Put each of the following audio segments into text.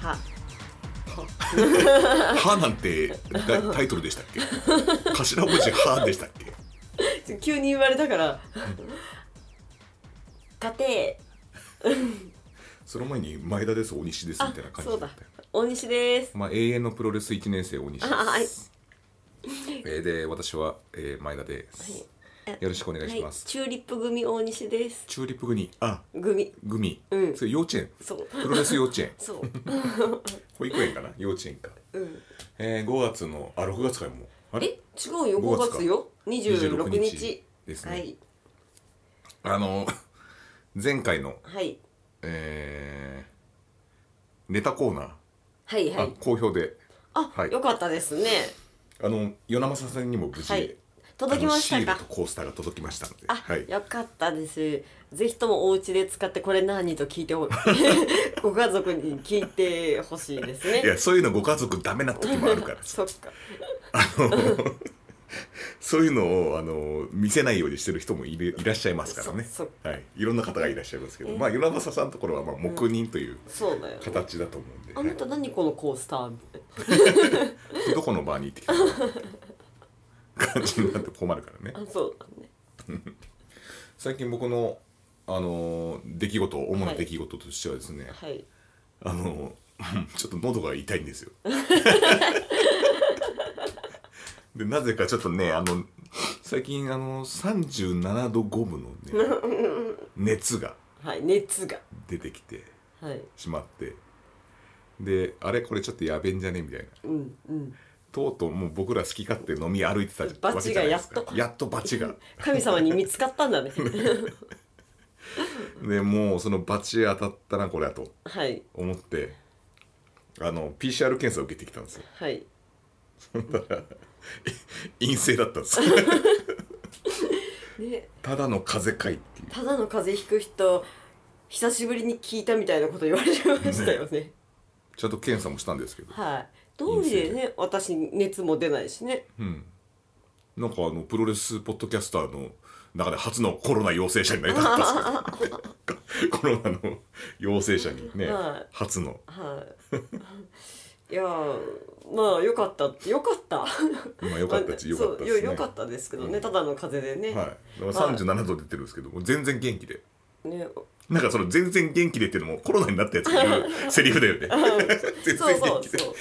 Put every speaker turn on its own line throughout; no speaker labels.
は
歯なんてだタイトルでしたっけ頭文字歯でしたっけ
急に言われたから家
その前に前田です大西ですみたいな
庭
感じ
そうだ大西です
まあ、永遠のプロレス1年生大西です、
あはい
えーで私は、えー前田です、
はい
よろしくお願いしま
は
す、
い、チューリップ組大西です
チューリップ組あ
組
組、
うん
それ幼稚園
そう
プロレス幼稚園
そう
保育園かな幼稚園か、
うん
えー、5月のあ6月かよもうあれ
え違うよ
5
5
月か
月よ26
26
日
日ですね
はい
あの前回の
はい
えー、ネタコーナー、
はいは
あ
い
好評で
あ、
はい
よかったですね
あの与那政さんにも無事、
はい届きまし
あ
た
の
か
シールとコースターが届きましたので
あ、
はい、
よかったです。ぜひともお家で使ってこれ何と聞いてほ ご家族に聞いてほしいですね。
いやそういうのご家族ダメな時もあるから
そっか。
そういうのをあの見せないようにしてる人もいるいらっしゃいますからね
そそ。
はい、いろんな方がいらっしゃいますけど、
え
まあ与那政さんのところはまあ黙認という
そうだよ、ね。
形だと思うんで、
あなた何このコースターみたい
はいどこのバーに行ってきたの かって感じになって困るからね。
な。あ、そうだね。
最近僕のあの出来事主な出来事としてはですね、
はい。
あの ちょっと喉が痛いんですよ。 でなぜかちょっとねあの最近あの37度5分のね 熱が
はい、熱が。
出てきて
はい。
しまってであれこれちょっとやべえんじゃねみたいな
うんうん。
とうとうもう僕ら好き勝手飲み歩いてたわ
バ
け
チ
じ
が
ゃないで
や
す
っ
か
と
やっとバチが
神様に見つかったんだ ね。
でもうそのバチ当たったなこれはと
はい。
思ってあの PCR 検査を受けてきたんですよ
はい。
陰性だったん ですよ
ね、
ただの風邪かいっていう
ただの風邪ひく人、久しぶりに聞いたみたいなこと言われましたよね。
ちゃんと検査もしたんですけど、
はい。どうりでね、私熱も出ないしね。
うん、なんかあのプロレスポッドキャスターの中で初のコロナ陽性者になりたかったんですけどコロナの陽性者にね、
はい
初の
はい。いやーまあ良かった良かった。
まあ良かったです良かっ
そ
た
う
で
よ
すね
良かったですけどね、ただの風邪でね。
はい、だから37度出てるんですけど、もう全然元気で
ね。
なんかその全然元気でっていうのもコロナになったやつが言うセリフだよね全
そう
然
そ
元
う
気で
そう。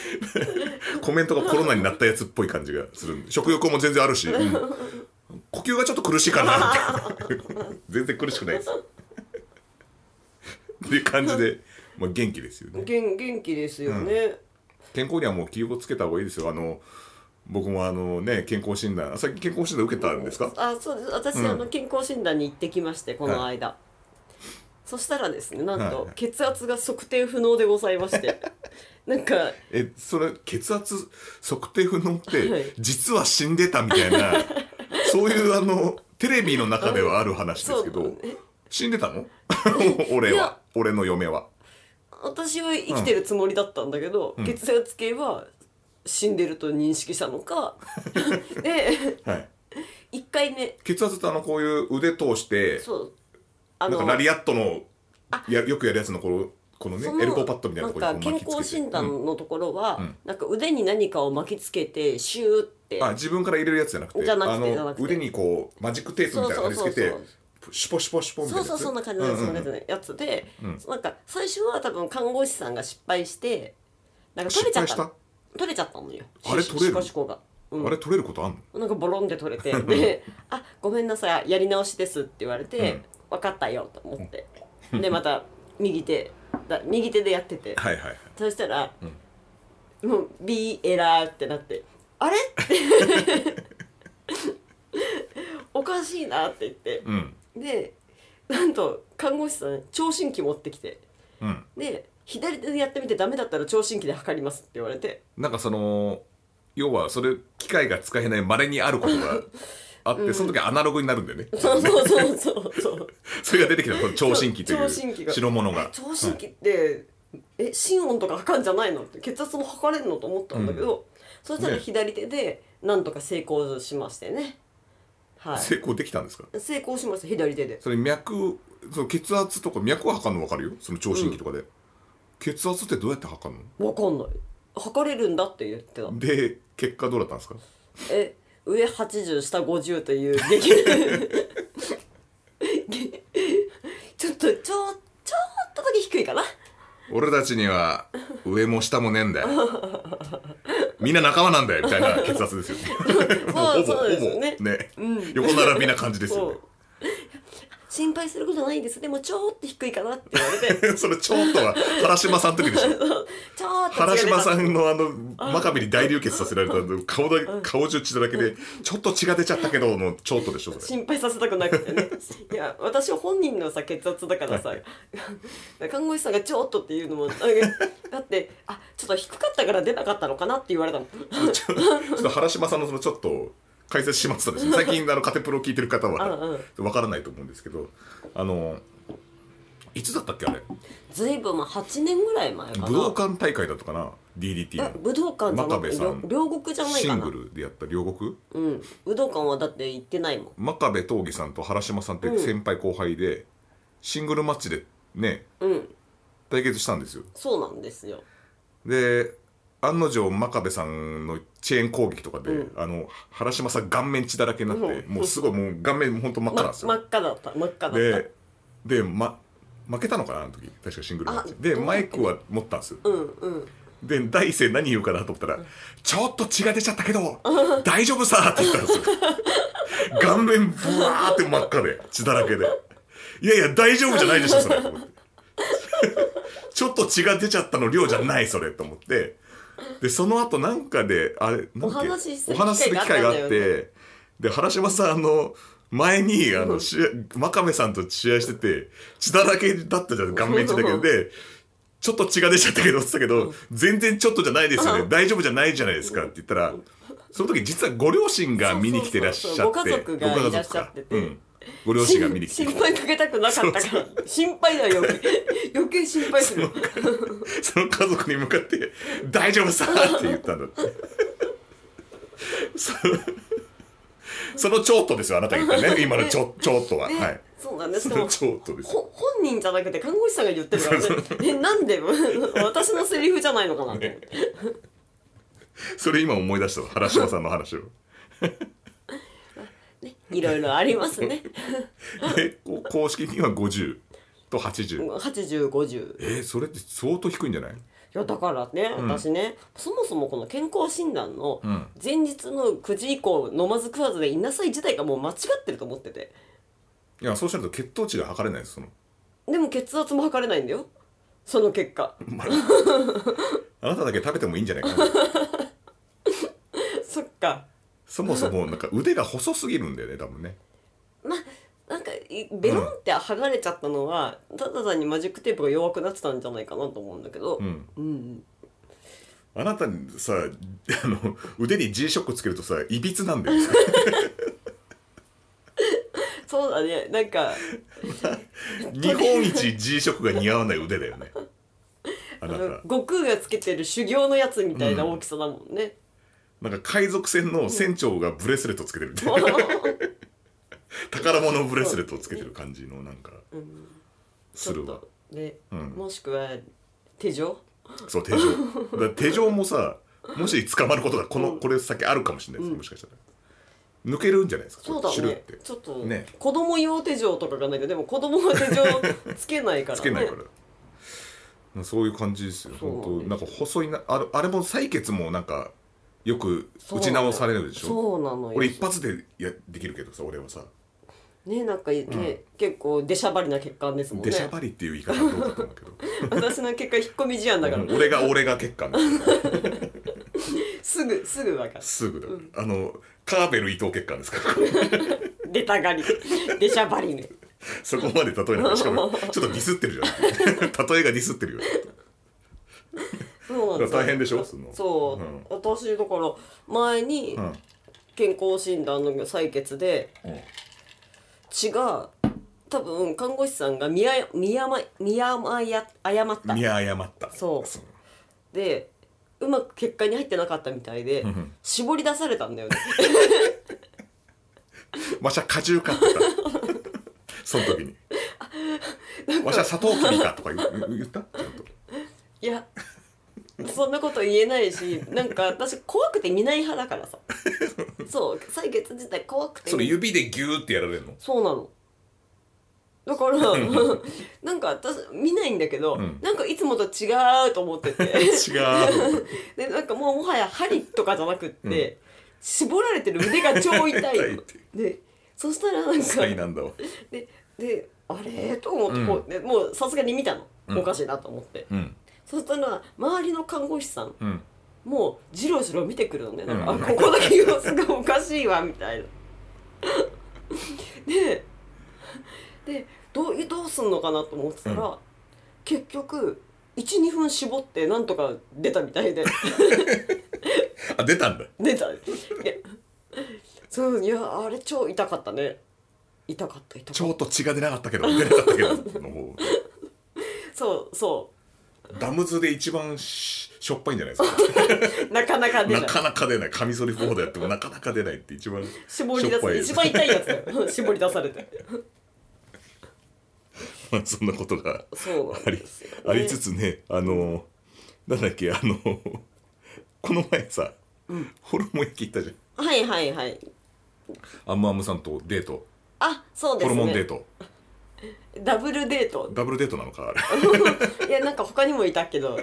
コメントがコロナになったやつっぽい感じがする食欲も全然あるし、うん呼吸がちょっと苦しいかな みたいな全然苦しくないです っていう感じで、まあ、元気ですよね
元元気ですよね。
健康にはもう気をつけた方がいいですよあの僕もあのね健康診断最近健康診断受けたんですか
あそうです私、
うん
あの健康診断に行ってきましてこの間。そしたらですねなんと、
はい
血圧が測定不能でございまして なんか
えそれ血圧測定不能っ
は
て
い
実は死んでたみたいなそういうあのテレビの中ではある話ですけ
そ
ど
うだね
死んでたの 俺
い
は
や
俺の嫁は
私は生きてるつもりだったんだけど、
ん
血圧計は死んでると認識したの かで
はい
一回ね
血圧ってあのこういう腕通して
そうあ
なん
の
かラリアットの
あ
やよくやるやつのこのこのね
その
エルボーパッドみたいなとこ
な
ろ
ん
に
か
こう
健
巻きつけ
康
て
診
うん
断のところは、
うん
なんか腕に何かを巻きつけてシューって
あ自分から入れるやつじゃなくて
じゃなくて
あ
じゃな
の
くて
腕にこうマジックテープみたいなの貼り付けて
そうそうそう
シュポシュポシュポみたい
そ
な
う
やつ
そうそんな感じなんですよね、
うんうん
やつで、
うん
なんか最初は多分看護師さんが失敗してなんか取れちゃった
失敗
の取れちゃったのよ
あれ取れる
シコシコが、うん
あれ取れることあんの
なんかボロンで 取れてで「あごめんなさいやり直しです」って言われて「分かったよ」と思ってでまた右手だ右手でやってて
はいはいはい
そしたら、もう「B エラー」ってなって「あれ?」って おかしいなって言って
うん
で なんと看護師さん聴診器持ってきて
うん
で左手でやってみてダメだったら聴診器で測りますって言われて
なんかその要はそれ機械が使えないまれにあることが あって、その時アナログになるんだよね
そうそうそうそうそう
それが出てきたこの聴診器と
聴診
い
器
う
が
白物が
聴診器って、え心音とか測るんじゃないのって血圧も測れるのと思ったんだけど、そしたら
ね
左手でなんとか成功しましてねは
成功できたんですか
い成功しました左手で
それ脈その血圧とか脈は測るの分かるよその聴診器とかで、血圧ってどうやって測る
わかんない測れるんだって言ってた
ので結果どうだったんですか
え上80下50という激ちょっとちょちょっとだけ低いかな
俺たちには上も下もねえ んだよみんな仲間なんだよみたいな血圧ですよね もうほぼ
そうですよ
ほぼ
ね
ね、
うん
横並びな感じですよね
心配することないですでもちょっと低いかなって言われて
それちょっとは原島さんの時で しょ
ちょっと
原
違う
島さんのあの真壁に大流血させられた顔だ顔中血だらけでちょっと血が出ちゃったけどのちょっとでしょそれ
心配させたくなくてねいや私本人のさ血圧だからさ看護師さんが「ちょっと」っていうのもなんかだってあちょっと低かったから出なかったのかなって言われたの
ちょちょっと原島さんのそのちょっと解説しましたですね最近あのカテプロ聞いてる方
うん
はわからないと思うんですけどあのいつだったっけあれ
ずいぶんまあ8年ぐらい前かな
武道館大会だったかな DDT
え
の
武道館じゃな
真
く
壁
て
さん
両両国じゃない
シ
か
ン
な
グルでやった両国
うん武道館はだって行ってないもん
真壁闘技さんと原島さんって先輩後輩でシングルマッチでね
うん
対決したんですよ
そうなんですよ
で案の定真壁さんのチェーン攻撃とかで、あの原島さん顔面血だらけになっ
う
て、もうすごいもう顔面ほんと真っ赤
ま
なんですよ、
真っ赤だった真っ赤だった
でで、ま、負けたのかなあの時確かシングルマッチ
あ
で
どう
マイクは持ったんですよ、
うんうん
で第一声何言うかなと思ったら、ちょっと血が出ちゃったけど大丈夫さ」って言ったんですよ顔面ブワーって真っ赤で血だらけで「いやいや大丈夫じゃないでしょそれ」と思ってちょっと血が出ちゃったの量じゃないそれと思ってでその後なんかであれなんだっけ
お話しす
お
る
話しする機会があっ
機会があったんだよ
てで原島さんあの前にあの試合真壁さんと試合してて血だらけだったじゃん顔面血だけどでちょっと血が出ちゃったけどって言ってたけど、全然ちょっとじゃないですよね。大丈夫じゃないじゃないですかって言ったら、その時実はご両親が見に来てらっしゃって、
そうそうそうそうご家族が
ご
いらっしゃってて
うんご両親が見に来て
心、配かけたくなかったから心配だよ余計余計心配する
その家族に向かって、大丈夫さって言ったんだって。そそのちょっとですよ、あなたが 言ったね。今のちょちょっとは。
ね
はい。
そうなんですで
そ
も
のちょっとです。
ほ本人じゃなくて看護師さんが言ってるからねえなんで 私のセリフじゃないのかなって思って
それ今思い出したわ原島さんの話を。
ねいろいろありますね
で、こう公式には50と80。
8050
えーそれって相当低いんじゃない
いやだからね、私ねそもそもこの健康診断の
ん
前日の9時以降飲まず食わずでいなさい自体がもう間違ってると思ってて
いやそうしないと血糖値が測れないですその、
でも血圧も測れないんだよその結果
まああなただけ食べてもいいんじゃないかな
そっか
そもそもなんか腕が細すぎるんだよね多分ね
まあなんかいベロンって剥がれちゃったのは、ただ単にマジックテープが弱くなってたんじゃないかなと思うんだけど、
うん
うん
あなたにさあの腕に G ショックつけるとさいびつなんだよ
そうだねなんか
日本一 G ショックが似合わない腕だ よねあ
あ
な
の
た
悟空がつけてる修行のやつみたいな大きさだもん ね、
なんか海賊船の船長がブレスレットつけてる みたいな宝物ブレスレットをつけてる感じのなんか
うん
するわ
とね、
ん
もしくは手錠
そう手錠だから手錠もさもし捕まることがこの、これ先あるかもしれないです、もしかしたら抜けるんじゃないですか
そうだ
シュルっ
ね
て
ちょっと、
ね
子供用手錠とかがないけどでも子供は手錠つけないから、ね、
つけないから、そういう感じですよ
そうなん
本
です
当なんか細いなあれあれも採血もなんかよく
そう
打
なの
ち直されるでしょ
そうなのよ
俺一発でやできるけどさ俺はさ
ねなんかね、結構出しゃばりな欠陥ですもんね
出しゃばりっていう言い方はどうかと思うけど
私の結果引っ込み思案だから、
うん俺が俺が結果なんですよ
すぐすぐ分か
すぐだ、あのカーベル伊藤結果ですから
る出た がり出しゃばりね
そこまで例えないしかもちょっとディスってるじゃん例えがディスってるよ
そうなんですよ
大変でしょその
そう、
うん
私だから前に
うん
健康診断の採血で血が多分看護師さんが見あ見あま見あまや誤った
見誤った
そうでうまく結果に入ってなかったみたいで
ん
絞り出されたんだよね
わしは果汁かとか その時にわしはサトウキビかとか言う言ったちゃんと
いやそんなこと言えないしなんか私怖くて見ない派だから さそう採血自体怖くて
それ指でギューってやられるの
そうなのだから なんか私見ないんだけど、
うん
なんかいつもと違うと思ってて
違う
でなんかもうもはや針とかじゃなくって、絞られてる腕が超痛いの
痛いって
でそしたらなんか
才なんだわ
でであれと思って、こうでもうさすがに見たの、
うん
おかしいなと思って
うん
そしたら周りの看護師さん
うん
もうじろじろ見てくるのねなんか、
うん
あここだけ様子がおかしいわみたいな。ででどうどうすんのかなと思ってたら、
う
結局12分絞ってなんとか出たみたいで
あ出たんだ
出たでそういやあれ超痛かったね痛かった痛
ち
かっ
ょっと血が出なかったけど出なかったけどの方
たそうそ
ダムズで一番ししょっぱいんじゃないですか
うなかなか出な
ないかなか出ないカミソリフォードやってもなかなか出ないって一番
絞り出
しょっぱ
す
い
一番痛いやつだよ 絞り出されて
まあ そんなことが
そうなん
あり
ですよ、
ありつ
つ
つねあのなんだっけあの この前さ、ホルモン焼き行ったじ
はいはいはい
ゃんアムアムさんとデート
あそうで
ホ
す
ル
ね
モンデート
ダブルデート
ダブルデートなのかあれ
いやなんか他にもいたけど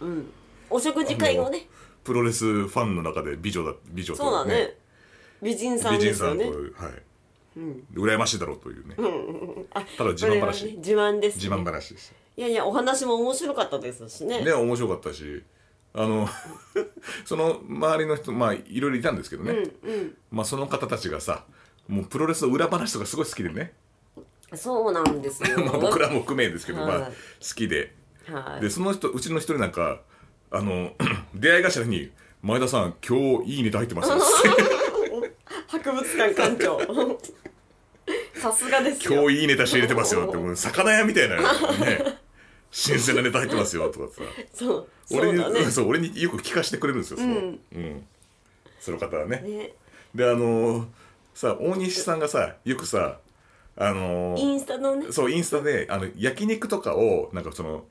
うんお食事会をね
プロレスファンの中で美女だ美女と
そうだね美人さん
美
で
人
す
さ
よ
んと、
ね
はい羨ましいだろうというね、ただ自
それ
慢
は
話、
ね自慢です、
自慢話でした
いやいやお話も面白かったですしね
ね面白かったしあの その周りの人まあいろいろいたんですけどね、まあその方たちがさもうプロレスの裏話とかすごい好きでね、
そうなんですよ
まあ、僕らも含めですけど、
はい
まあ好きで
はい
でその人うちの一人なんかあの 出会い頭に「前田さん今日いいネタ入ってま すよ」
博物館館 長さすがですよ
今日いいネタ仕入れてますよ」ってもう魚屋みたいなね新鮮なネタ入ってますよとかさ
そうそ
俺
う
に
だね
そう俺によく聞かせてくれるんですよその,、うんその方はね。
ね
であのーさ大西さんがさよくさあのー
インスタのね
そうインスタであの焼肉とかをなんかその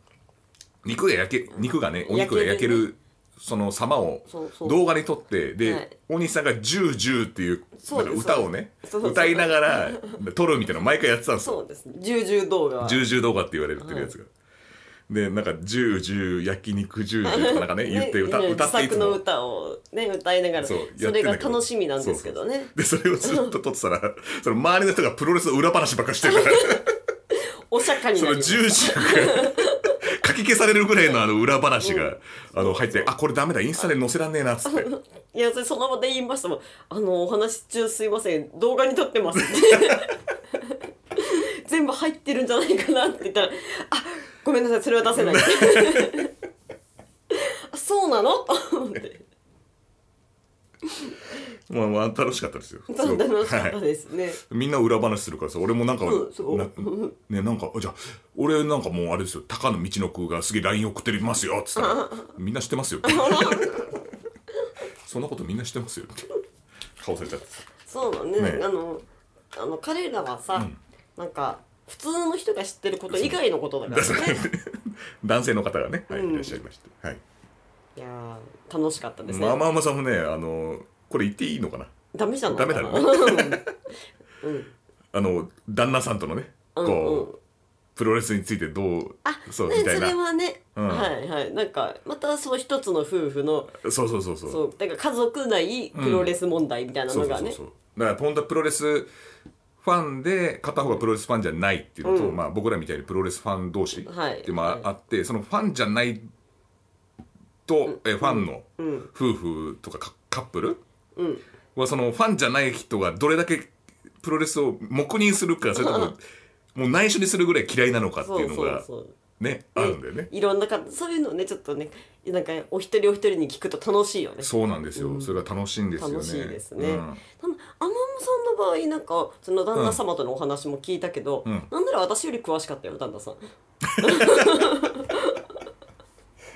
肉が焼け肉がねお肉が焼
焼
け
け
る
る
その様を
そうそう
動画に撮ってで、
はい
大西さんが「ジュージュー」っていう
そう
なん
で
か
す
歌をね
そうです
歌いながら撮るみたいなの毎回やってたんですよ
そうですね重々動画は
「ジュージュー動画」って言われるってるやつが。でなんか「ジュージュー焼肉ジュージュー」とかなんかね言って歌
ね
歌ってい
自
つ
作の
も
歌をね歌いながら
そ
そう
やってんだけ
れ
ど
が楽しみなんですけどね
でそれをずっと撮ってたらその周りの人がプロレスの裏話ばっかしてるから
お釈迦に
そ
なり
の
ます
重視 がかき消されるぐらいのあの裏話が、あの入って「あこれダメだインスタで載せらんねえな」っつって
いやそれその場で言いましたもんあのお話中すいません動画に撮ってますって 全部入ってるんじゃないかなって言ったらあごめんなさいそれは出せない あそうなのと思って
まあまあ楽しかったですよすごく
楽しかった
はい
ですね、
みんな裏話するからさ俺もなんか、
うんそう
なねなんかじゃあ俺なんかもうあれですよ高野道のくがすげえ LINE 送ってますよっつったら「みんな知ってますよ」って そんなことみんな知ってますよ」って顔されちゃって
そうだね
ね
あのあの彼らはさ、なんか普通の人が知ってること以外のことだから ね
男性の方がね、はいいらっしゃいまして、はい
いやー楽しかったですね、
まあまあまあさんもねあのこれ言っていいのかな
ダメじゃない
ダメだね あの旦那さんとのねこう、
うんうん
プロレスについてどう
あ
そう
ね
みたい
そ
な
れはね、
うん
はいはいなんかまたその一つの夫婦の
そうそうそうそ
そ
う
うだから家族内プロレス問題みたいな
そ
の
うそ
が
うそう
ね
そうだから本当はプロレスファンで片方がプロレスファンじゃないっていうのと、まあ、僕らみたいにプロレスファン同士
はい
でまあ
はい
あってそのファンじゃないと、えファンの夫婦とかカカップル、はそのファンじゃない人がどれだけプロレスを黙認するかそれとももう内緒にするぐらい嫌いなのかって
そ
いううの
そ
が
うそう
ねあるんだよね。
いろんなかそういうのをねちょっとねなんかお一人お一人に聞くと楽しいよね
そうなんですよ、それが楽しいんですよね。
楽しいですね。
う
ただ
ん
アマムさんの場合なんかその旦那様とのお話も聞いたけど、
ん
なんなら私より詳しかったよ旦那さん。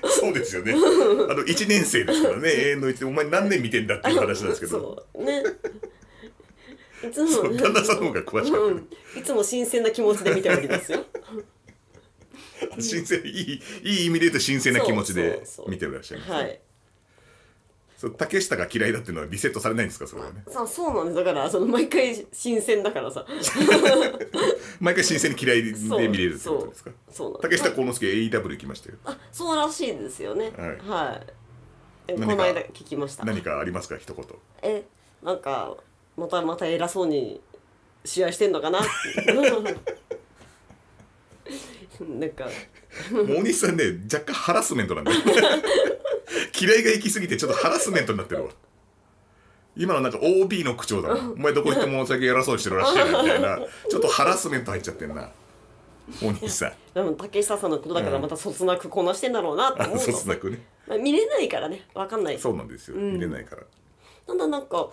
そうで すよね。あの1年生ですからね、永遠の一年お前何年見てんだっていう話なんですけど、
そう ね。いつも
旦那さんの方が詳しかったね
うん、いつも新鮮な気持ちで見ておりますよ。
新鮮いいいい意味で言うと新鮮な気持
そ
ち
うそ
で
うそう
見てらっしゃいますね
はい
そう竹下が嫌いだっていうのはリセットされないんですかそれはね
さそうなんですだからその毎回新鮮だ からさ
毎回新鮮に嫌いで
そう
見れるってことですか
そうなんで
竹
す
下幸之助 AEW 行きましたよ
あそうらしいですよね
はい
はい、えこ
何
の
か
間聞きました
何かありますか一言
えなんかまたまた偉そうに試合してんのかな なんか
もうお兄さんね若干ハラスメントなんだ よ嫌いが行き過ぎてちょっとハラスメントになってるわ今のなんか OB の口調だなお前どこ行っても最近偉そうにしてるらしいなみた いなちょっとハラスメント入っちゃってんなお兄 さん
でも竹下さんのことだからまたそつなくこなしてんだろうなって
あ
思う
の
と
そつなくね
まあ見れないからねわかんない
そうなんですよ、
うん
見れないから
ただなんか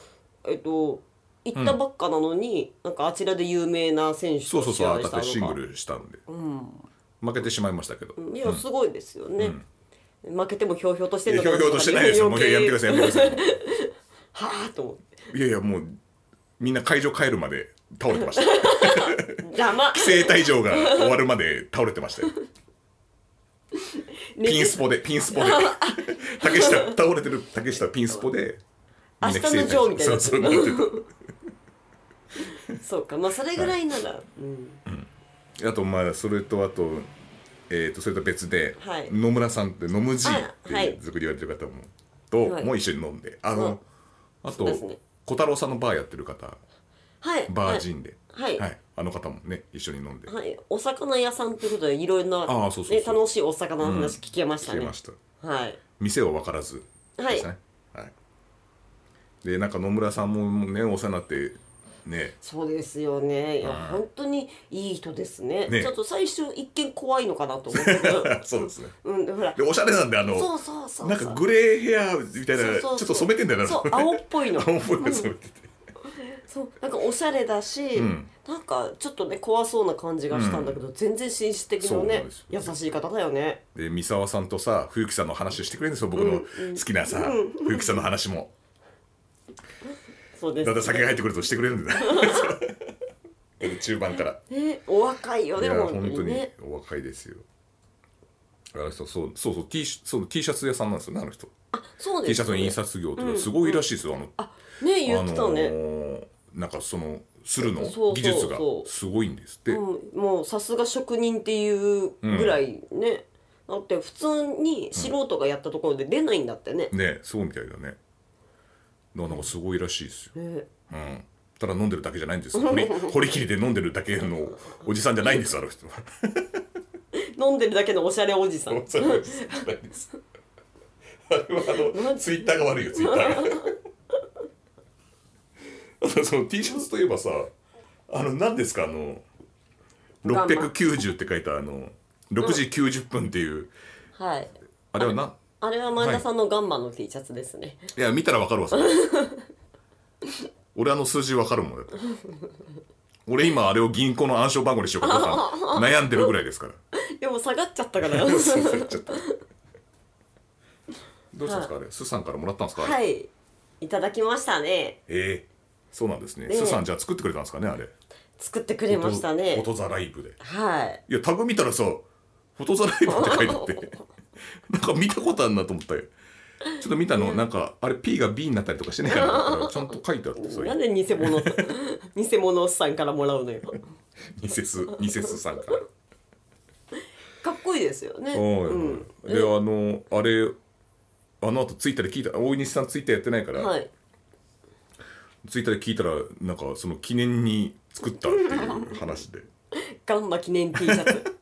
えっと行ったばっかなのに、なんかあちらで有名な選手
そ
と
うそう
試
そう
合
あ
したた
ってシン
の
グ
が
ルしたんで
うん
負けてしまいましたけど、
いやすごいですよね、負けてもひょうひょうとして
い
る
や
の
ひょうひょうとしてないですよもう
余計
やめてくださいやめてください
はあと思っ て
いやいやもうみんな会場帰るまで倒れてました
邪魔
生退場が終わるまで倒れてましたよ
寝
ピン
て
スポでピ ンスポで竹下倒れてる竹下ピンスポで
明日のジョーみたいな
そうそうなって
そうかまあそれぐらいなら、うん
たあとまあそれとあとえー、とそれと別で、
はい
野村さんって野村じいっ
あは
て
い
ずっくり言われてる方も、と、
はい
もう一緒に飲んであの、あと、
そうですね
小太郎さんのバーやってる方
はい
バージ
ン
ンで、
はいはい、
あの方もね一緒に飲んで、
はい、お魚屋さんっていうことでいろいろな
あーそうそうそう
ね、楽しいお魚の話聞けました
聞
ね、
けました
はい
店は分からず
はい
ですね、はいでなんか野村さんもねお世話になって ね
そうですよねいや、
うん
本当にいい人ですね
ね
ちょっと最初一見怖いのかなと思って
そうですね
うんでほら
でおしゃれなんであの
そうそうそうそう
なんかグレーヘアみたいな
そうそうそう
ちょっと染めてんだよな
そう青っぽいの
青っぽいの染めてて、
そうなんかおしゃれだし、
うん
なんかちょっとね怖そうな感じがしたんだけど、全然紳士的な
そうなん
ね
ですよ
優しい方だよね
で三沢さんとさ冬木さんの話してくれるんですよ僕の好きなさ、冬木さんの話も
そうです
だんだん酒が入
ね
ってくるとしてくれるんだよで中盤から
ねお若いよ
い
ね
や
本
本
当
当
に
に
ね
お若いですよあの人そうそうそう T, シャツそう T シャツ屋さんなんですよねあの人
あそうです
T シャツの印刷業というのはすごいらしいですよ、あの
あね言ってた
あ
ね、
のーなんかそのするの
そうそうそう
技術がすごいんですって、
うん、もうさすが職人っていうぐらいね、だって普通に素人がやったところで出ないんだってね、
ねそうみたいだねだからなんかすごいらしいですよ、
ね
うん、ただ飲んでるだけじゃないんですよ掘り掘り切りで飲んでるだけのおじさんじゃないんですあの人は
飲んでるだけのおしゃれおじさん
そういうおじさんじゃないんですあれはあのツイッターが悪いよツイッターがあとその T シャツといえばさあの何ですかあの
ガンマ
690って書いたあの6時90分っていう、
はい
あれはな
あれは前田さんのガンマの T シャツですね、
いや見たらわかる わそれ俺あの数字わかるもんだって俺今あれを銀行の暗証番号にしようかどうか悩んでるぐらいで すから
でも下がっちゃったから
そうそう言っちゃったどうしたんですかあれスーさんからもらったんですか、、
はいいいただきましたね
ええそうなんですね
ねえ
スーさんじゃあ作ってくれたんですかねあれ
作ってくれました
フォ
ね
トザライブで
はい
いやタグ見たらさフォトザライブって書いてあって なんか見たことあるなと思ったよちょっと見たのなんかあれ P が B になったりとかしてねえかなと 思ったらちゃんと書いてあってさ
なんで偽物 偽物さんからもらうのよ
ニセスニセスさんから
かっこいいですよね
はいはい
うん
であのあれあの後ツイッターで聞いた大西さんツイッターやってないから、
はい
ツイッターで聞いたらなんかその記念に作ったっていう 話で
ガンマ記念 T シャツ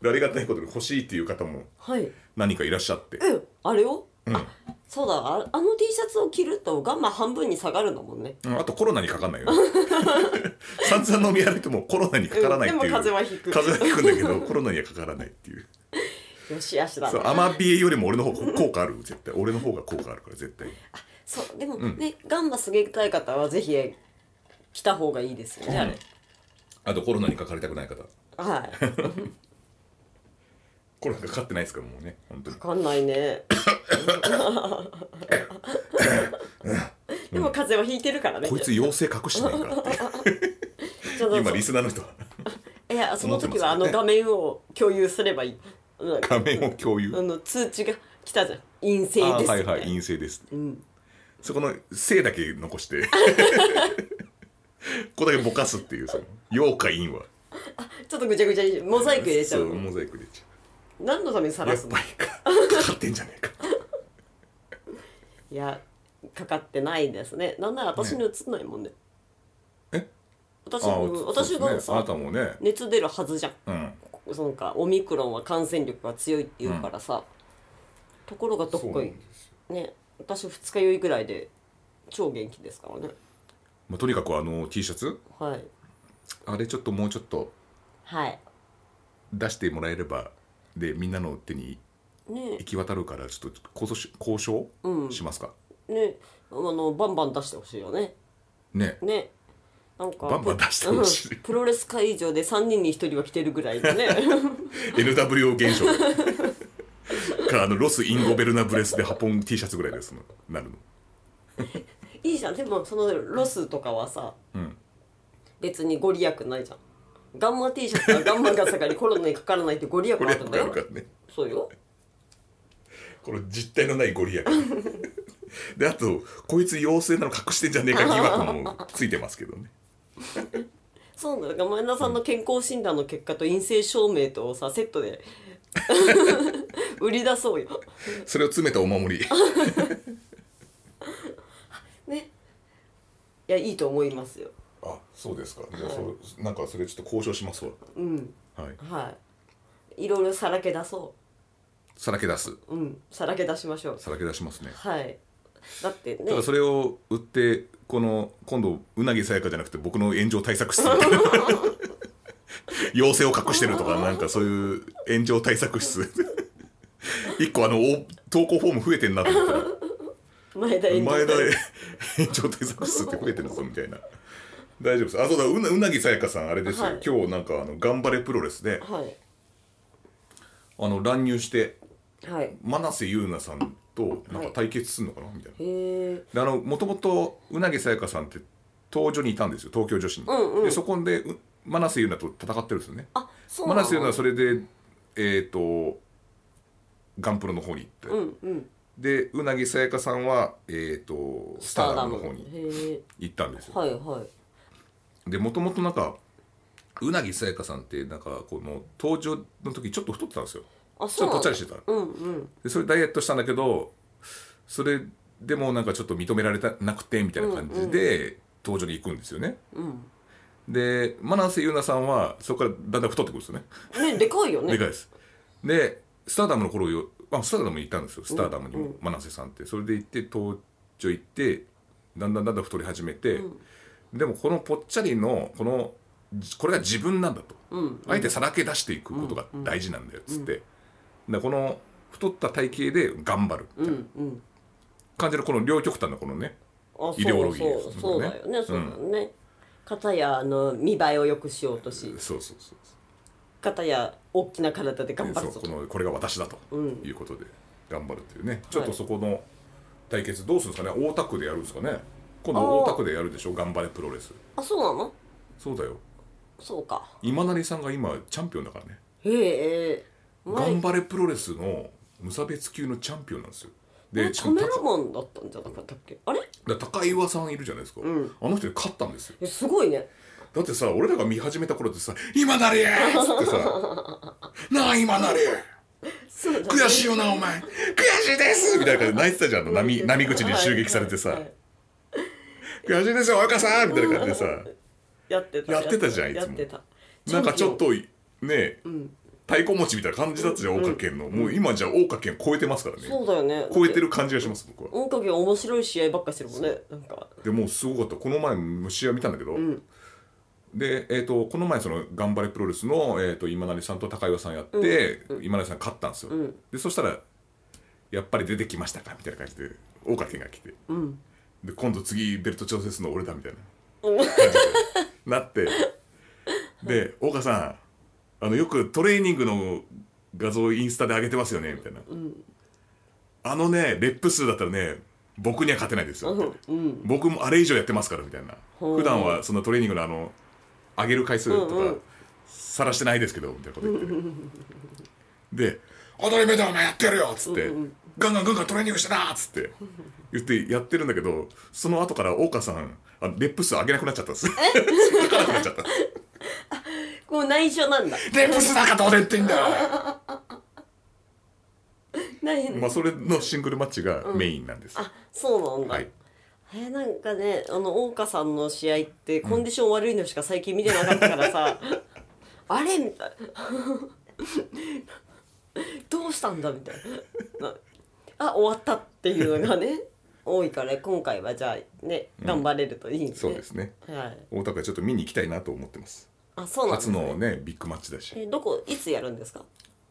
でありがたいことに欲しいっていう方も
はい
何かいらっしゃって
うんあれを、
うん
あそうだああの T シャツを着るとガンマ半分に下がるんだもんね
うんあとコロナにかかんないよね 散々飲み歩いてもコロナにかからないっていう、
うんでも風邪はひく
風邪はひくんだけどコロナにはかからないって いう
よしあしだ
そうアマビエよりも俺の方が効果ある絶対俺の方が効果あるから絶対
そうでもね、ガンマすげたい方はぜひ着た方がいいですよね、あれ
あとコロナにかかりたくない方
はい
コロナかかってないですからもうね本当に
分かんないねでも風邪はひいてるからね
こいつ妖精隠してないかっていう
ちょっと
今リスナーの人は
いやその時はあ
思
の
ってま
画面を共有すればいいうん
画面を共有
あの通知が来たじゃん陰性です
あ
み
ー
た
はいい
な
はい陰性です
うん
そこの「性」だけ残して ここだけぼかすっていうその「陽」か「陰」は
ちょっとぐちゃぐちゃにモザイク入れちゃ
そう
う
モザイク入れちゃ
何のためにさ
うや
ら
っ
すの
ぱりか かかってんじゃねえか
いやかかってないですねなんなら私に映んないもんね
え
私
あ
うん私が
そうですねあな
さ
たもね
熱出るはずじゃん
うん
そのかオミクロンは感染力が強いって言うからさ、ところがどっ
そう
こ
なん
い
ですよ
ね私二日酔いぐらいで超元気ですからね
まあとにかくあの T シャツ
はい
あれちょっともうちょっと
はい
出してもらえればでみんなの手に
ね
行き渡るからちょっと交渉し交渉しますか、
ねあのバンバン出してほしいよね
ね
ねなんか
バンバン出してほしい
うんプロレス会場で3人に1人は来てるぐらいで ね
NWO 現象かあのロス・インゴベルナブレスでハポン T シャツぐらいですのなるの
いいじゃんでもそのロスとかはさ、
ん
別にご利益ないじゃんガンマ T シャツはガンマが下がりコロナにかからないってご利益
こ
あ
れ
るんだ
ある
よ
からね
そうよ
この実体のないご利益であとこいつ妖精なの隠してんじゃねえか疑惑もついてますけどね
そうなんだから前田さんの健康診断の結果と陰性証明とさセット で売り出そうよ
それを詰めたお守り
ねいやいいと思いますよ
あそうですかじゃあそれなんかそれちょっと交渉しますわ
うん
はい
はいいろいろさらけ出そ
さらけ出す
ううんさらけ出しましょう
さらけ出しますね
はいだってね
ただそれを売ってこの今度うなぎさやかじゃなくて僕の炎上対策室みた いな妖精を隠してるとかなんかそういう炎上対策室一個あのお投稿フォーム増えてんなと思 ったら
前田園
前田炎上対策室って増えてるぞみたいな大丈夫ですあそうだうなうなぎさやかさんあれですよ、
はい
今日なんかあの頑張れプロレスで
はい
あの乱入して
はい
真瀬優奈さんとなんか対決するのかなみたいな
へえ
であのもともとうなぎさやかさんって東女にいたんですよ東京女子に、
んうん
でそこでう真瀬優奈と戦ってるんですよね
あそう
真
なの
瀬優奈はそれでえっ、とガンプロの方に行って、
うんうん
でうなぎさやかさんはえっ、とスターダムの方に
へえ
行ったんですよ、
はいはい
でもともとなんかうなぎさやかさんってなんかこの登場の時ちょっと太ってたんですよ
あ
ちょ
そうなん
っとぽっち
だ
ゃりしてた
うんうん
でそれダイエットしたんだけどそれでもなんかちょっと認められたなくてみたいな感じで登場に行くんですよね、
うん
で真瀬優奈さんはそこからだんだん太ってくるんですよね
ねでかいよね
でかいですでスターダムの頃よあスターダムに行ったんですよスターダムにも真瀬さんってそれで行って東京行ってだんだんだんだん太り始めて、でもこのぽっちゃりのこのじこれが自分なんだと、
うん
あえてさらけ出していくことが大事なんだよっつって、だからこの太った体型で頑張るみ
う
たいなん
うん
感じのこの両極端のこのね
あ
イデオロギー
そうそうそうだよね
です
そう
も
だ
んね
よね片やあの見栄えを良くしようとし
そうそうそう
片や大きな体で頑張
そ
る
う
ぞ
このこれが私だと
うん
いうことで頑張るっていうね、ちょっとそこの対決どうするんですかね大田区でやるんですかね今
あー
度大田区でやるでしょ頑張れプロレス
あそうなの
そうだよ
そうか
今成さんが今チャンピオンだからね
へえ前
頑張れプロレスの無差別級のチャンピオンなんですよでし
カ
かも
メ
た
ラマンだったんじゃなかったっけあれ
だ高岩さんいるじゃないですか、
ん
あの人に勝ったんですよ
えすごいね
だってさ俺らが見始めた頃ってさ「今成や!」っつってさ 「なあ今成
そうだね
悔しいよなお前悔しいです!」みたいな感じで泣いてたじゃんあの波波口に襲撃されてさ
はいはい
「悔しいですよ若さん!」みたいな感じでさ
やってた
やってたじゃんいつも
やってた
なんかちょっ
チャン
とねえ太鼓持ちみたいな感じだったじゃん大岡県のもう今じゃ大岡県超えてますからね
ピオンそうだよね
超えてる感じがします僕は
音楽が面白い試合ばっかしてるもんねなんか
でもうすごかったこの前試合見たんだけどでえーとこの前その「頑張れプロレスの」えーと今成さんと高岩さんやって今成さん勝ったんですよでそしたら「やっぱり出てきましたか」みたいな感じで大岡県が来てで今度次ベルト調整するの俺だみたいな感じでなってで「大川さんあのよくトレーニングの画像インスタで上げてますよね」みたいな、あのねレップ数だったらね僕には勝てないですよ」みたいな僕もあれ以上やってますから」みたいな
う
普段はそのトレーニングのあの上げる回数とか、
うんうん
さらしてないですけどみたいなこと言って で「当たり前だお前やってやるよ」っつって「ガンガンガンガントレーニングしてな」っつって言ってやってるんだけどその後から大川さんあのレップ数上げなくなっちゃったんです書かなくなっちゃった
こう内緒なんだ
レップ数なんかどうでっていいんだよ
ない
まあそれのシングルマッチがメインなんです、
あそうなんだ、
はい
えーなんかねあの大岡さんの試合ってコンディション悪いのしか最近見てなかったからさあれみたいな どうしたんだみたいななあ終わったっていうのがね多いから今回はじゃあね頑張れるといいね、
そうですね
はい
大田区はちょっと見に行きたいなと思ってます
あそうなんで
初
すね
のねビッグマッチだし
えどこいつやるんですか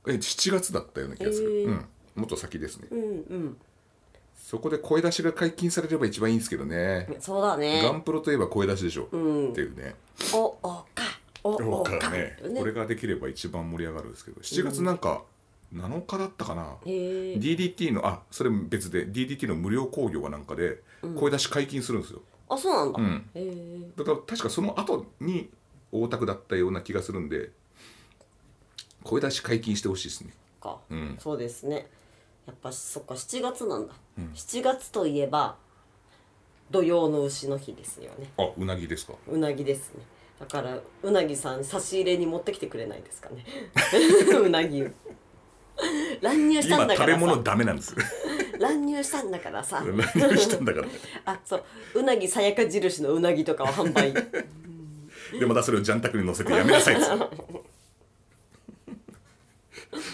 え7月だったような気がする、
へー
うんもっと先ですね、
うんうん
そこで声出しが解禁されれば一番いいんですけどね、
そうだ
ガ
ね
ンプロといえば声出しでしょ、
ん
っていうね
おおかお
だ
お
か
から
ね
ね
これができれば一番盛り上がるんですけど7月なんか7日だったかな、
えー
DDT のあそれも別で DDT の無料興行がなんかで声出し解禁するんですよ、
あそうなんだ、
うん
えー
だから確かその後に大田区だったような気がするんで声出し解禁してほしいですね
か、
うん
そうですねやっぱそっか7月なんだ、7月といえば土用の丑の日ですよね
あうなぎですか
うなぎですねだからうなぎさん差し入れに持ってきてくれないですかね うな ぎを乱入したん
今
だか
食
らさ
べ物ダメなんです
乱入したんだから さ
何したんだから
あそううなぎさやか印のうなぎとかを販売
でまたそれをジャンタクに乗せてやめなさいっつって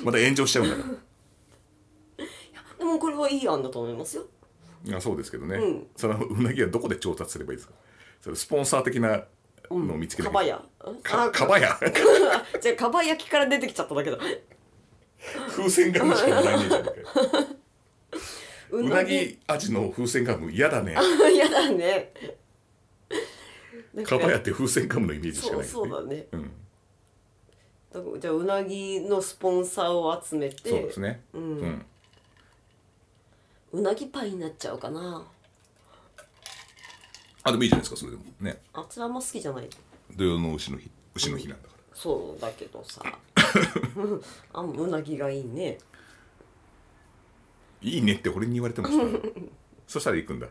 また炎上しちゃうんだか
でもこれはいい案だと思いますよ
らあそうですけどね、
ん
そのうなぎはどこで調達すればいいですかそれスポンサー的なのを見つけ
か
な
ば
きゃ、
や
かかばや
あじゃあかば焼きから出てきちゃっただけだ
風船ガムしかないねえじゃねえかよ
う
うなぎ味の風船ガム嫌だね
やだね。なん
かばやって風船ガムのイメージしか
そ
な
う
い
そうだね。
うん、
だからじゃあうなぎのスポンサーを集めて
そうですね、うん
うなぎパイになっちゃうかな。
あでもいいじゃないですかそれでもね
あちらも好きじゃない。
土曜の牛の日牛の日なんだから、
そうだけど さ。あうなぎがいいね。
いいねって俺に言われてましたそしたら行くんだ、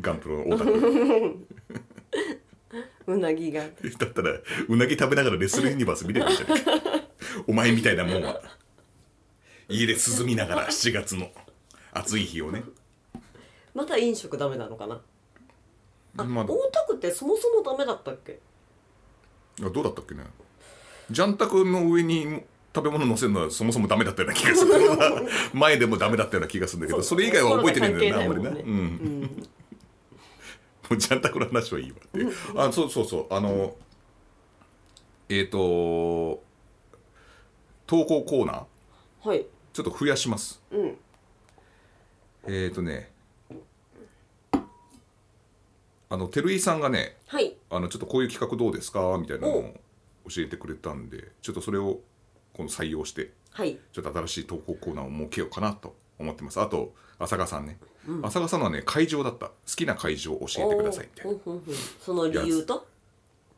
ガンプロのオタク
うなぎが。
だったらうなぎ食べながらレスルユニバース見ればいいじゃないかお前みたいなもんは家で涼みながら7月の暑い日をね
また飲食ダメなのかな。あ、
まあ
大田区ってそもそもダメだったっけ。
あどうだったっけねジャンタクの上に食べ物乗せるのはそもそもダメだったような気がする 前でもダメだったような気がするんだけどそ,、れ以外は覚えてないんだよなあんまりな、
ね
うん もうジャンタクの話はいいわっていうあそうそうそうあのえっ、と投稿コーナー
はい。
ちょっと増やします
うん。
えー、とねあの照井さんがね
はい。
あのちょっとこういう企画どうですかみたいなの
お
を教えてくれたんでちょっとそれをこの採用して
はい。
ちょっと新しい投稿コーナーを設けようかなと思ってますあと浅賀さんね、浅賀さんのはね会場だった好きな会場を教えてくださいみたい
お
な
ーうんうんうんその理由と。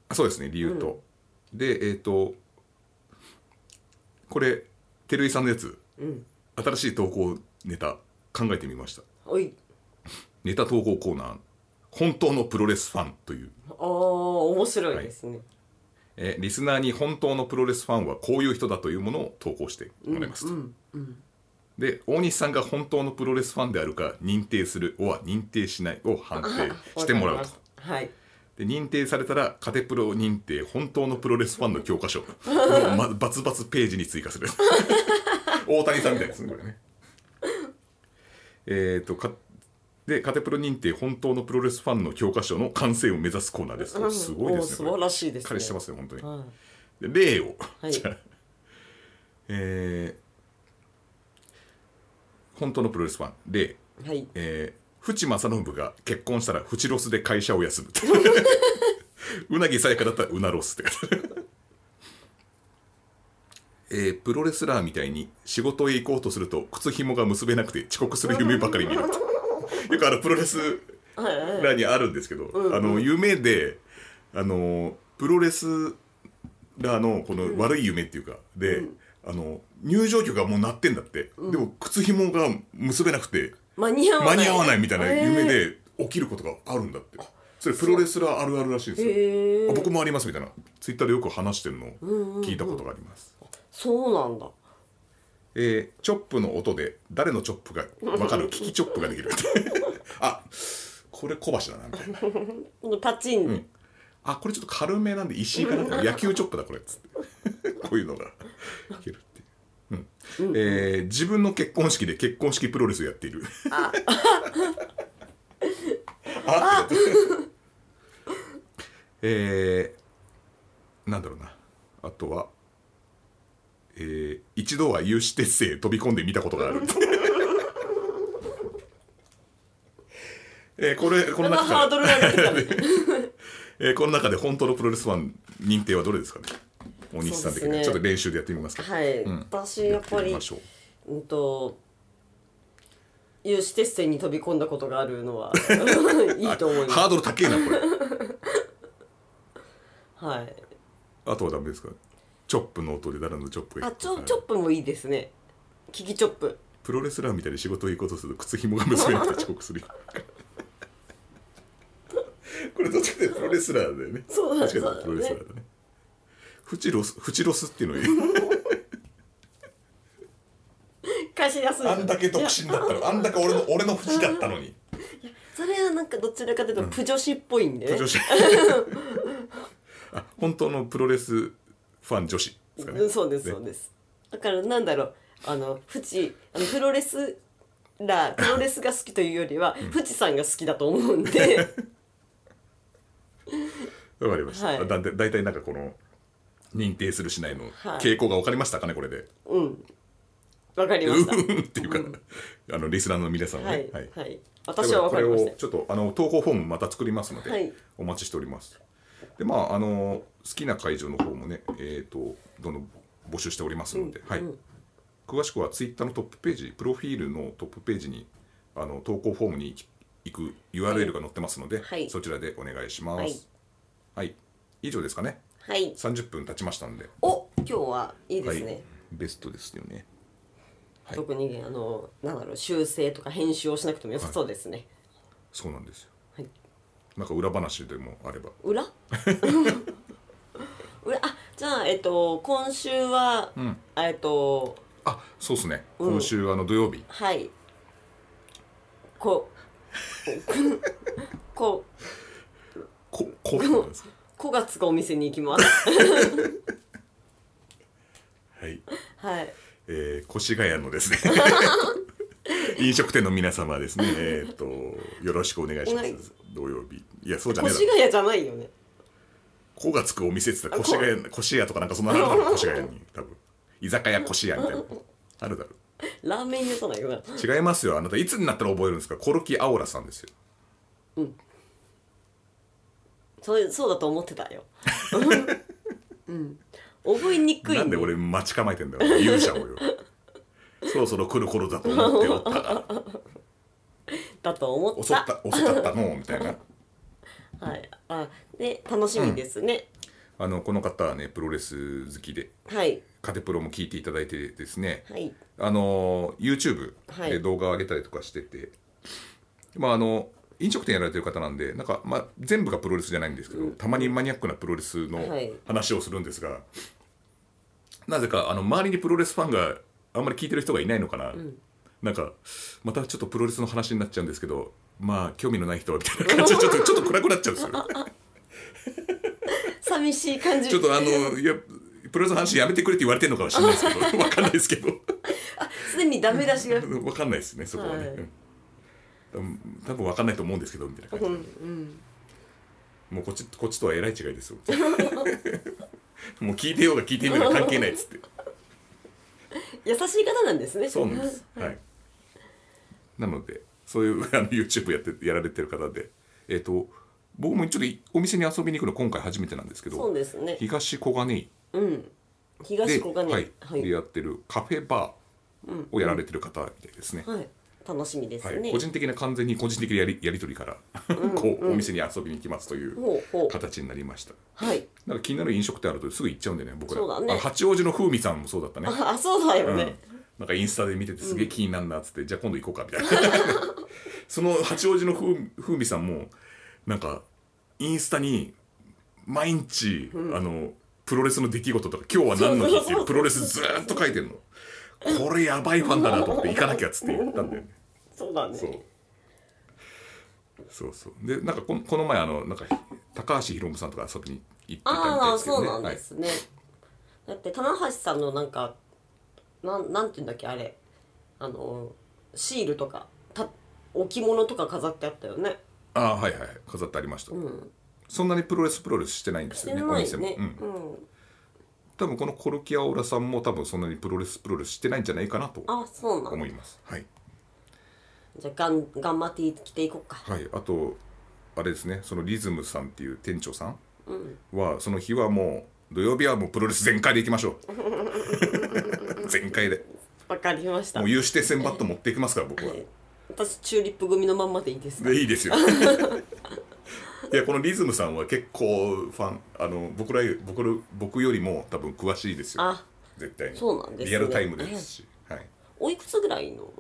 あそうですね理由と、でえっ、とこれ照井さんのやつ、
ん
新しい投稿ネタ考えてみました
おい。
ネタ投稿コーナー「本当のプロレスファン」という、
ああ、面白いですね。
えーリスナーに本当のプロレスファンはこういう人だというものを投稿してもらいますと、で大西さんが本当のプロレスファンであるか認定するおは認定しないを判定 してもらう
わ
と
かりましたはい。
で認定されたらカテプロ認定本当のプロレスファンの教科 書の、ま、バツバツページに追加する大谷さんみたいですねこれねえっとかでカテプロ認定本当のプロレスファンの教科書の完成を目指すコーナーです
うん
すごいですね
おー素晴
これ
らしいですね
彼してますね本当に、
はい
で例を、
はい
じゃあえー本当のプロレスファン例
はい。
えー、淵正信が結婚したら淵ロスで会社を休 むうなぎさやかだったらうなロスって えープロレスラーみたいに仕事へ行こうとすると靴紐が結べなくて遅刻する夢ばかり見るとよくあのプロレスラーにあるんですけど、あの夢であのプロレスであのこの悪い夢っていうか、で、あの入場曲がもう鳴ってんだって、でも靴紐が結べなくて
間に合わな
間
い
に合わないみたいな夢
へ
で起きることがあるんだってそれプロレスラーあるあるらしいんですよ、
え
あ僕もありますみたいなツイッターでよく話してるのを聞いたことがあります、
そうなんだ
えーチョップの音で誰のチョップか分かる聞きチョップができる あこれ小橋だなみたいな
このパチン、
あこれちょっと軽めなんで石井かな野球チョップだこれっつって こういうのがいけるっていう。うんえー自分の結婚式で結婚式プロレスをやっている
あ
あって えー、なんだろうなあとは、えー一度は有志鉄製飛び込んで見たことがある えーこれこの
まだ
中
ハー
か
ド
ら、
ルが出てきた ね
えーこの中で本当のプロレスファン認定はどれですかね大西さん的
そ
に、
うですね
ちょっと練習でやってみますか
はい、
うん
私やっぱり
やってみましょう
うんと有刺鉄線に飛び込んだことがあるの はいいと思い
ハ
ま
ードル高えなこれ
すはい
あとはダメですかチョップの音で誰のチョップが
あ
いい
ちょチョップもいいですねキキチョップ
プロレスラーみたいに仕事行こうとすると靴紐が結べなくて遅刻するこれどっちかというとプロレスラーだよね
そう
ど
だ
っちかというとプロレスラーだねフチロスフチロスっていうの
会社休んで
あんだけ独身だったのあんだけ俺の俺のフチだったのに
それはなんかどちらかというとプ女子っぽいんでね、
女 子あ本当のプロレスファン女子ですかね
うんそうですそう
ね
ですだからなんだろうあのフチあのプロレスラープロレスが好きというよりは、フチさんが好きだと思うん で
わかりました、
はい
だだいたいなんかこの認定するしないの
はい
傾向が分かりましたかねこれで、
わかりま
う
した
ーん っていうか、あのリスナーの皆さんは
は
ね
い、はい、私はわ
こ
か
れ
りまし
を
た
ちょっとあの投稿フォームまた作りますので、
はい
お待ちしておりますでまああの好きな会場の方もねえっ、とどんどん募集しておりますので、はい、詳しくはツイッターのトップページプロフィールのトップページにあの投稿フォームに行く URL が載ってますので、
はい
そちらでお願いしますはい、以上ですかね
はい
30分経ちましたんで
お今日はいいですね、
はい、ベストですよねはい
特にあのなんだろう修正とか編集をしなくても良さそうですね、
そうなんですよ
はい
なんか裏話でもあれば
裏 裏あじゃあえっと今週は、えっと
あそうですね今週あの土曜日、
はいここ
こ こうなんですか
こ月がお店に行きます
はい、
はい
えー、越谷の ですね飲食店の皆様ですねえーっとよろしくお願いしま
お願い
す土曜日いやそうじゃねえだ
越
ろ
谷じゃないよね
「こ」がつくお店って言ったら
あ
越谷越谷とかなんかそんなのあ るだろ越谷に多分居酒屋越谷みたいなあるだろ
ラーメン屋じゃないよな
違いますよあなたいつになったら覚えるんですかコルキアオラさんですよ
そうそうだと思ってたよ うん覚えにくい
なんで俺待ち構えてんだよ勇者をよそろそろ来る頃だと思っておっ たが
だと思った
遅った遅かったのうみたいな
はいあで楽しみですね、
あのこの方はねプロレス好きで
はい
カテプロも聞いていただいてですね、
はい
あの YouTube
はい
で動画を上げたりとかしてて、まああの飲食店やられてる方なんでなんか、まあ、全部がプロレスじゃないんですけど、たまにマニアックなプロレスの
はい
話をするんですが、なぜかあの周りにプロレスファンがあんまり聞いてる人がいないのかな、なんかまたちょっとプロレスの話になっちゃうんですけどまあ興味のない人はみたいな感じでちょっとちょっと暗くなっちゃう んですよ。
寂しい感じ
ちょっとあの、いや、プロレスの話やめてくれって言われてるのかもしれないです けど、わかんないですけど、
すでにダメ出し が
わかんないですね、そこはね。
はい
うん多分わかんないと思うんですけど、みたいな感じで、もうこっち、こっちとはえらい違いですよ。 もう聞いてようが聞いてみようが関係ないっつって。
優しい方なんですね
そうなんです。はい。なので、そういうあの YouTube やって、やられてる方で、えっ、と、僕もちょっとお店に遊びに行くの今回初めてなんですけど、
そうですね
東小金井
東
で、
小金井
はい、でやってるカフェバーをやられてる方みたいですね。
はい、楽しみです
はい
ね。
個人的な完全に個人的なやりやり取りから、こうお店に遊びに行きますとい
ほ
う
うほう
形になりました
はい。
なんか気になる飲食店あるとすぐ行っちゃうんだよね僕ら
そうだね
あの八王子の風味さんもそうだったね
あ、あそうだよ
うん
ね。
なんかインスタで見ててすげえ気になんなっつって、じゃあ今度行こうかみたいな その八王子の風風味さんもなんかインスタに毎日、あのプロレスの出来事とか今日は何の日っ
そう
て
そう
い
そうう
プロレスずーっと書いてんのこれやばいファンだなと思って行かなきゃっつって言ったんだよね
そうだね
そう。そうそうでなんかこのこの前あのなんか高橋ひろむさんとか遊びに行ってたみたい
あ
で
あ、
すけど
そう
ね
なん
は
で
い
すね。だって、棚橋さんのなんか、なん、なんていうんだっけ、あれ。あの、シールとか、た、置物とか飾ってあったよね。
ああはいはいはい飾ってありました、
うん。
そんなにプロレスプロレスしてないんで
し
す
て
よね
な
お
い
店も、
ね。
うん、
うん。
多分このコルキアオーラさんも多分そんなにプロレスプロレスしてないんじゃないかなと
あ、そうなん
思
だ。
いますはい、
じゃあ、ガン、ガンマティ着ていこうか。
はい、あとあれですねそのリズムさんっていう店長さん
うん。
はその日はもう土曜日はもうプロレス全開でいきましょ う全開で
わかりました
もう。有刺鉄線バット持っていきますから僕は
私、チューリップ組のまんまでいいですか。
でいいですよいやこのリズムさんは結構ファンあの僕ら僕ら僕よりも多分詳しいですよ
あ、
絶対に
そうなんですね
リアルタイムですし、はい
おいくつぐらいの。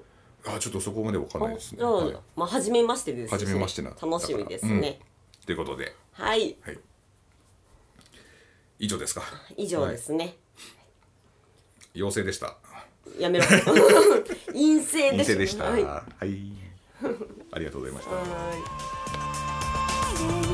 あちょっとそこまでわかんない
あ
です
じ
ね。
ゃあ、
はい
まあ、初めましてですし
初めましてな
楽しみですね。
ということで、
はい。
はい、以上ですか。
以上ですね。
陽性でした。
や めろ。陰性
陰
です。
性でした。
はい。
はい、ありがとうございました。
はい
Yeah.